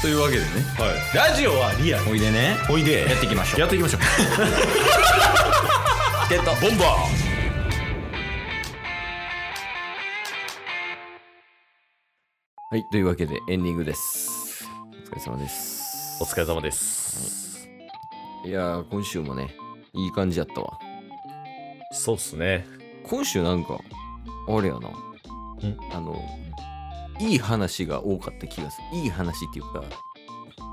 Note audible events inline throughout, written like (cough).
というわけでねはい、ラジオはリアルおいでねおいでやっていきましょうやっていきましょうゲットボンバはいというわけでエンディングですお疲れ様ですーお疲れ様です、いやー今週もねいい感じやったわそうっすね今週なんかあれやなあのいい話が多かった気がするいい話っていう (laughs) か、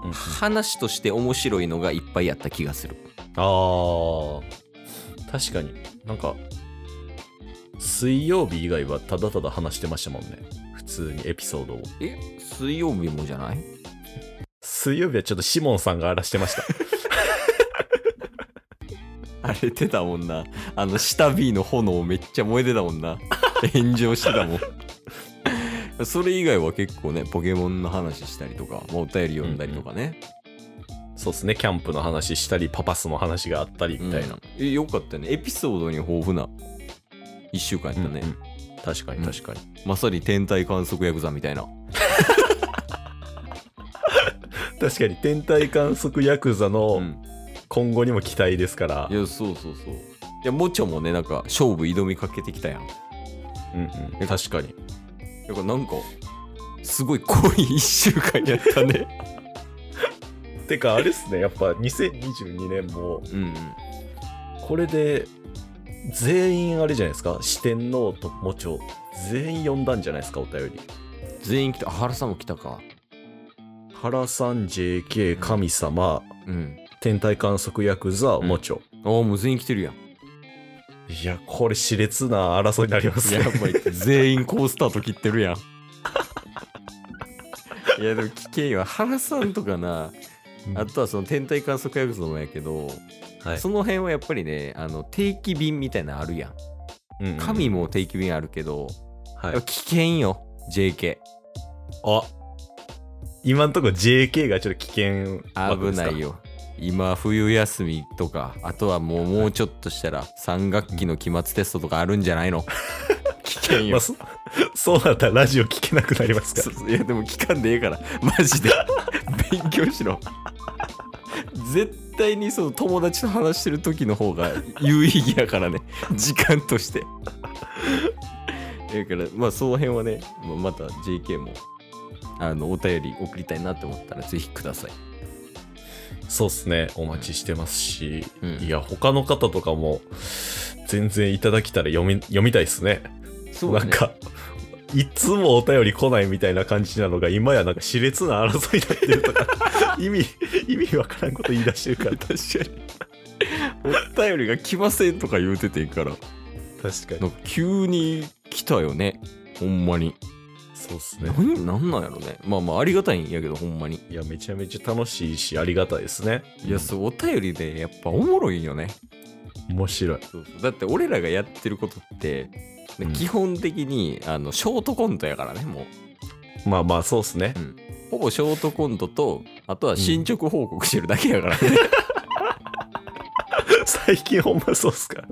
うん話として面白いのがいっぱいあった気がするあー確かになんか水曜日以外はただただ話してましたもんね普通にエピソードをえ水曜日もじゃない水曜日はちょっとシモンさんが荒らしてましたあれてたもんなあの下 B の炎めっちゃ燃えてたもんな炎上してたも (laughs) んそれ以外は結構ねポケモンの話したりとか、まあ、お便り読んだりとかね、 (laughs) そうっすねキャンプの話したりパパスの話があったりみたいな、うんえよかったねエピソードに豊富な1週間やったね、うんうん確かに確かに、まさに天体観測ヤクザみたいな確かに天体観測ヤクザうのん今後にも期待ですから、いやそうそうそういやもちょもねなんか勝負挑みかけてきたやんうんうん、確かにだからなんかすごい濃い1週間やったねてかあれっすねやっぱ2022年もうんうんこれで全員あれじゃないですか四天王ともちょ全員呼んだんじゃないですかお便り全員来た原さんも来たか原さん JK 神様うん天体観測ヤクザうんもちょ、ああもう全員来てるやんいやこれ熾烈な争いになりますねやばい全員好スタート切ってるやんいやでも聞けんよ原さんとかなあとはその天体観測ヤクザもやけど、はいその辺はやっぱりねあの定期便みたいなのあるやんうんうん神も定期便あるけど、はいやっぱ危険よ JK あ今んとこ JK がちょっと危険枠で危すかないよ今冬休みとかあとはもうもうちょっとしたら3学期の期末テストとかあるんじゃな (laughs) いの危険まあ、そ (laughs) そうなったらラジオ聞けなくなりますかそうそういやでも聞かんでええからマジで (laughs) 勉強しろ絶対にその友達と話してる時の方が有意義やからね時間としてだからまあその辺はねまあまた JK もあのお便り送りたいなと思ったらぜひくださいらそうっすねお待ちしてますし、うんいや他の方とかも全然いただきたら読み読みたいっすねそなんかいつもお便り来ないみたいな感じなのが今やなんか熾烈な争いになってると (laughs) か意味意味わからんこと言い出してるから確かお便りが来ませんとか言うててんからになんか急に来たよねほんまにそうっすね何なんなんやろねまあまあありがたいんやけどほんまにいやめちゃめちゃ楽しいしありがたいですねいや、そう、お便りでやっぱおもろいよね。面白いだって俺らがやってることって、うん基本的にあのショートコントやからね、もう。まあまあそうっすねほぼショートコントと、あとは進捗報告してるだけやからね。 (laughs) 最近ほんまそうっすから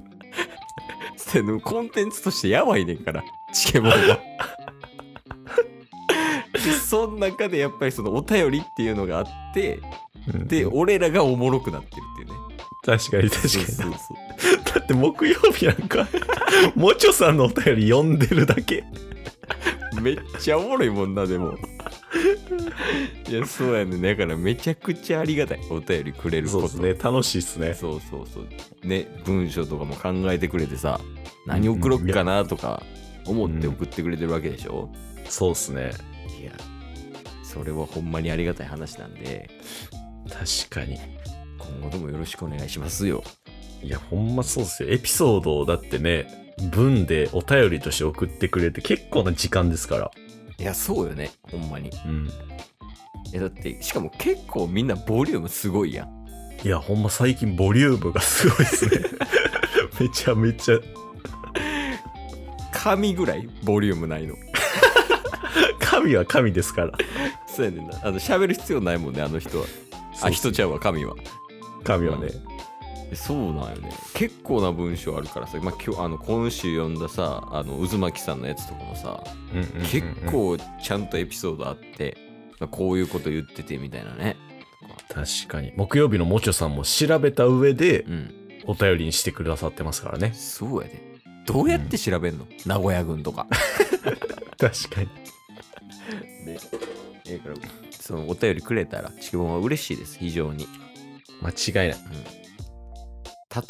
でもコンテンツとしてやばいねんから、チケボンは。でそん中でやっぱりそのお便りっていうのがあって、うんで、俺らがおもろくなってるっていうね。確かに確かにそうそうだって木曜日なん (laughs) かもちょさんのお便り読んでるだけそうめっちゃおもろいもんな、 (laughs) でも。いや、そうやね。だからめちゃくちゃありがたい。お便りくれること。楽しいっすねそうそうそう。ね、文章とかも考えてくれてさ、何送ろっかなとか思って送ってくれてるわけでしょ、そうっすねいや、それはほんまにありがたい話なんで、確かに今後ともよろしくお願いしますよ。いやほんまそうっすよエピソードをだってね文でお便りとして送ってくれて結構な時間ですからいや、そうよね。ほんまに。うんいや、だって、しかも結構みんなボリュームすごいやん。いやほんま最近ボリュームがすごいっすね (laughs) めちゃめちゃ紙ぐらいボリュームないの。神は神ですからそうやねんな。あの、喋る必要ないもんね、あの人は。あ、人ちゃうわ、神は。神はねそうなんよね結構な文章あるからさ、まあ、今日あの今週読んださあの渦巻さんのやつとかもさ、うんうんうんうん結構ちゃんとエピソードあってこういうこと言っててみたいなね。確かに。木曜日のもちょさんも調べた上でうん。お便りにしてくださってますからね。そうやで。どうやって調べんの、名古屋軍と (laughs) か。確かに。で、ええから、そのお便りくれたら、ちくぼんは嬉しいです、非常に。間違いない。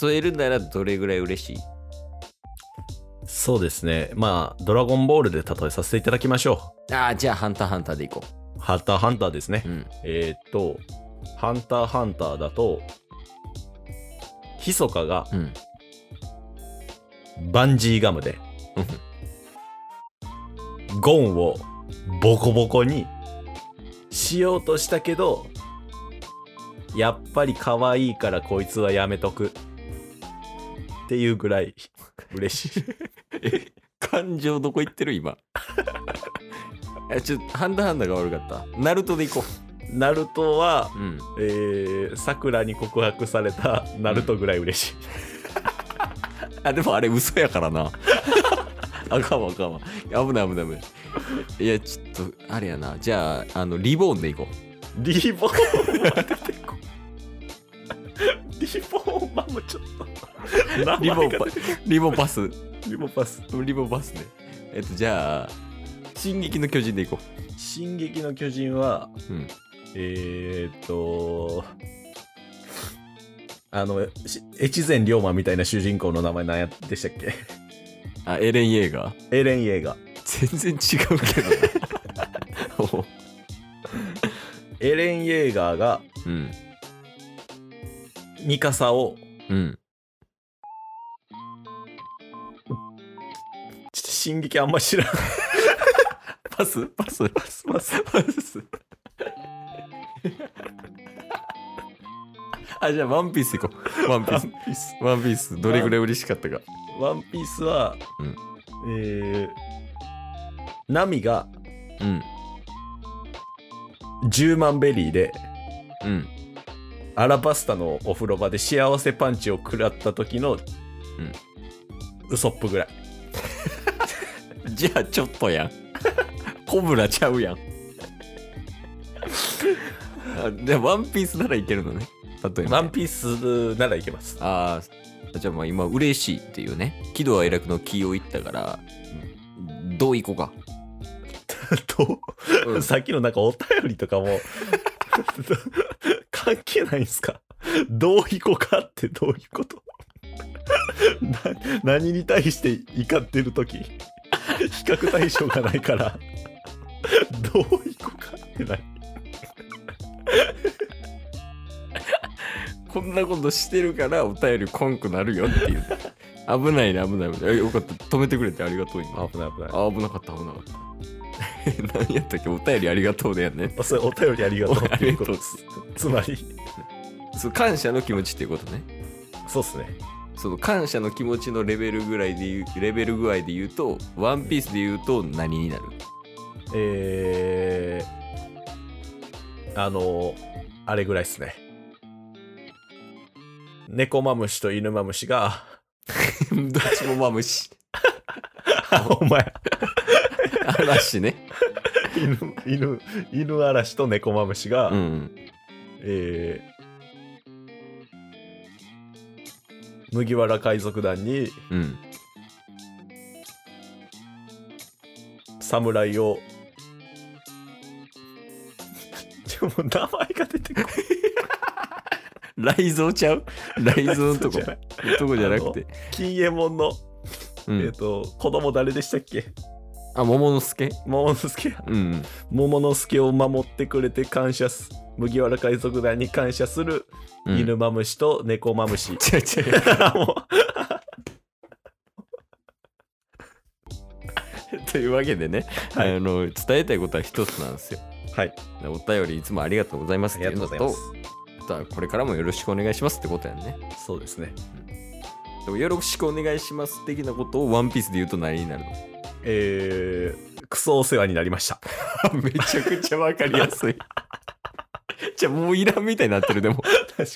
例えるならどれぐらい嬉しいそうですね。まあ、ドラゴンボールで例えさせていただきましょああ、じゃあ、ハンターハンターでいこう。ハンターハンターですね。う。うん。えーっと、ハンターハンターだと、ヒソカがうん。バンジーガムで、ゴンをボコボコにしようとしたけど、やっぱり可愛いからこいつはやめとく。っていうぐらい嬉 (laughs) しい。え、感情どこ行ってる今。 (laughs) え、ちょっと、ハンターハンターが悪かった。ナルトでいこナルトはう。うん。えー、桜に告白されたナルトぐらい嬉しい、あ、でもあれ嘘やからな。 (laughs) あかんわあかんわ。危ない危ない危ない。いや、ちょっと、あれやな。じゃあ、あの、リボーンでいこう。リボーンは出てこリボーンはもうちょっと名リボ前ンがパリボンパス。リボンパスリボンパスね。えっと、じゃあ、進撃の巨人でいこ「進撃の巨人は」う。うん。えー、っとあのし越前龍馬みたいな主人公の名前何やでしたっけ (laughs) あ、エレン・イェーガーエレン・イェーガー全然違うけど (laughs) なおう。エレン・イェーガーがうん。ミカサをうん。ちょっと進撃あんま知らん (laughs) パスパスパスパスパス。あ、じゃあ、ワンピースいこう。ワンピース。ワンピース、どれぐらい嬉しかったか。ワンピースは、うんえー、ナミがうん。 10万ベリーで、うん。アラバスタのお風呂場で幸せパンチを食らった時の、ウソップぐらい。じゃあ、ちょっと (laughs) やん。コブラちゃうやん。あじゃあ、ワンピースならいけるのね。例えば。ワンピースならいけ (laughs) ます。ああ、じゃあまあ今嬉しいっていうね。喜怒哀楽の気を言ったから、どういこうか。と、うんさっきのなんかお便りとかも、関係ないんすかどういこかってどういうことな何に対して怒ってる時比較対象がないからどういこかってないこんなことしてるからお便りこんくなるよっていう。危ないね、危ない危ない。えよかった。止めてくれてありがとう今。危ない危ないあ、危なかった、危なかった。 (laughs) 何やったっけお便りありがとうだよね。あそれお便りありがとうっていうことですつまりそう感謝の気持ちっていうことね。そうっすねその感謝の気持ちのレベルぐらいで言う、レベル具合で言うと、ワンピースで言うと何になる (laughs) えー、あのあれぐらいっすね猫マムシと犬マムシがどっちもマムシ。あお前嵐ね。犬犬犬嵐と猫マムシが、うん。えー麦わら海賊団にうん。侍を (laughs) ちょもう名前が出てこない雷蔵ちゃう雷蔵のとこじゃ。ないとこじゃなくて。金右衛門の、うえっ、ん、と子供誰でしたっけあ、桃之助桃之助うん。桃之助を守ってくれて感謝す麦わら海賊団に感謝するうん犬マムシと猫マ (laughs) ムシ、違う違う。もというわけでね、はいあの、伝えたいことは一つなんですよ。うはいお便りいつもありがとうございますあっりていがうとうのございますあとはこれからもよろしくお願いしますってことやんね。そうですねでもよろしくお願いします的なことをワンピースで言うと何になるのえー、クソお世話になりました (laughs) めちゃくちゃわかりやすい。 (laughs) じゃあもういらんみたいになってるでも。確かに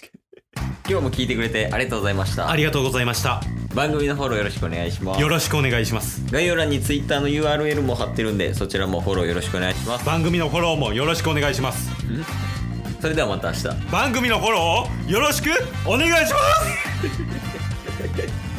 今日も聞いてくれてありがとうございました。ありがとうございました番組のフォローよろしくお願いしますよろしくお願いします概要欄に Twitter の URL も貼ってるんでそちらもフォローよろしくお願いします番組のフォローもよろしくお願いしますそれではまた明日番組のフォローをよろしくお願いします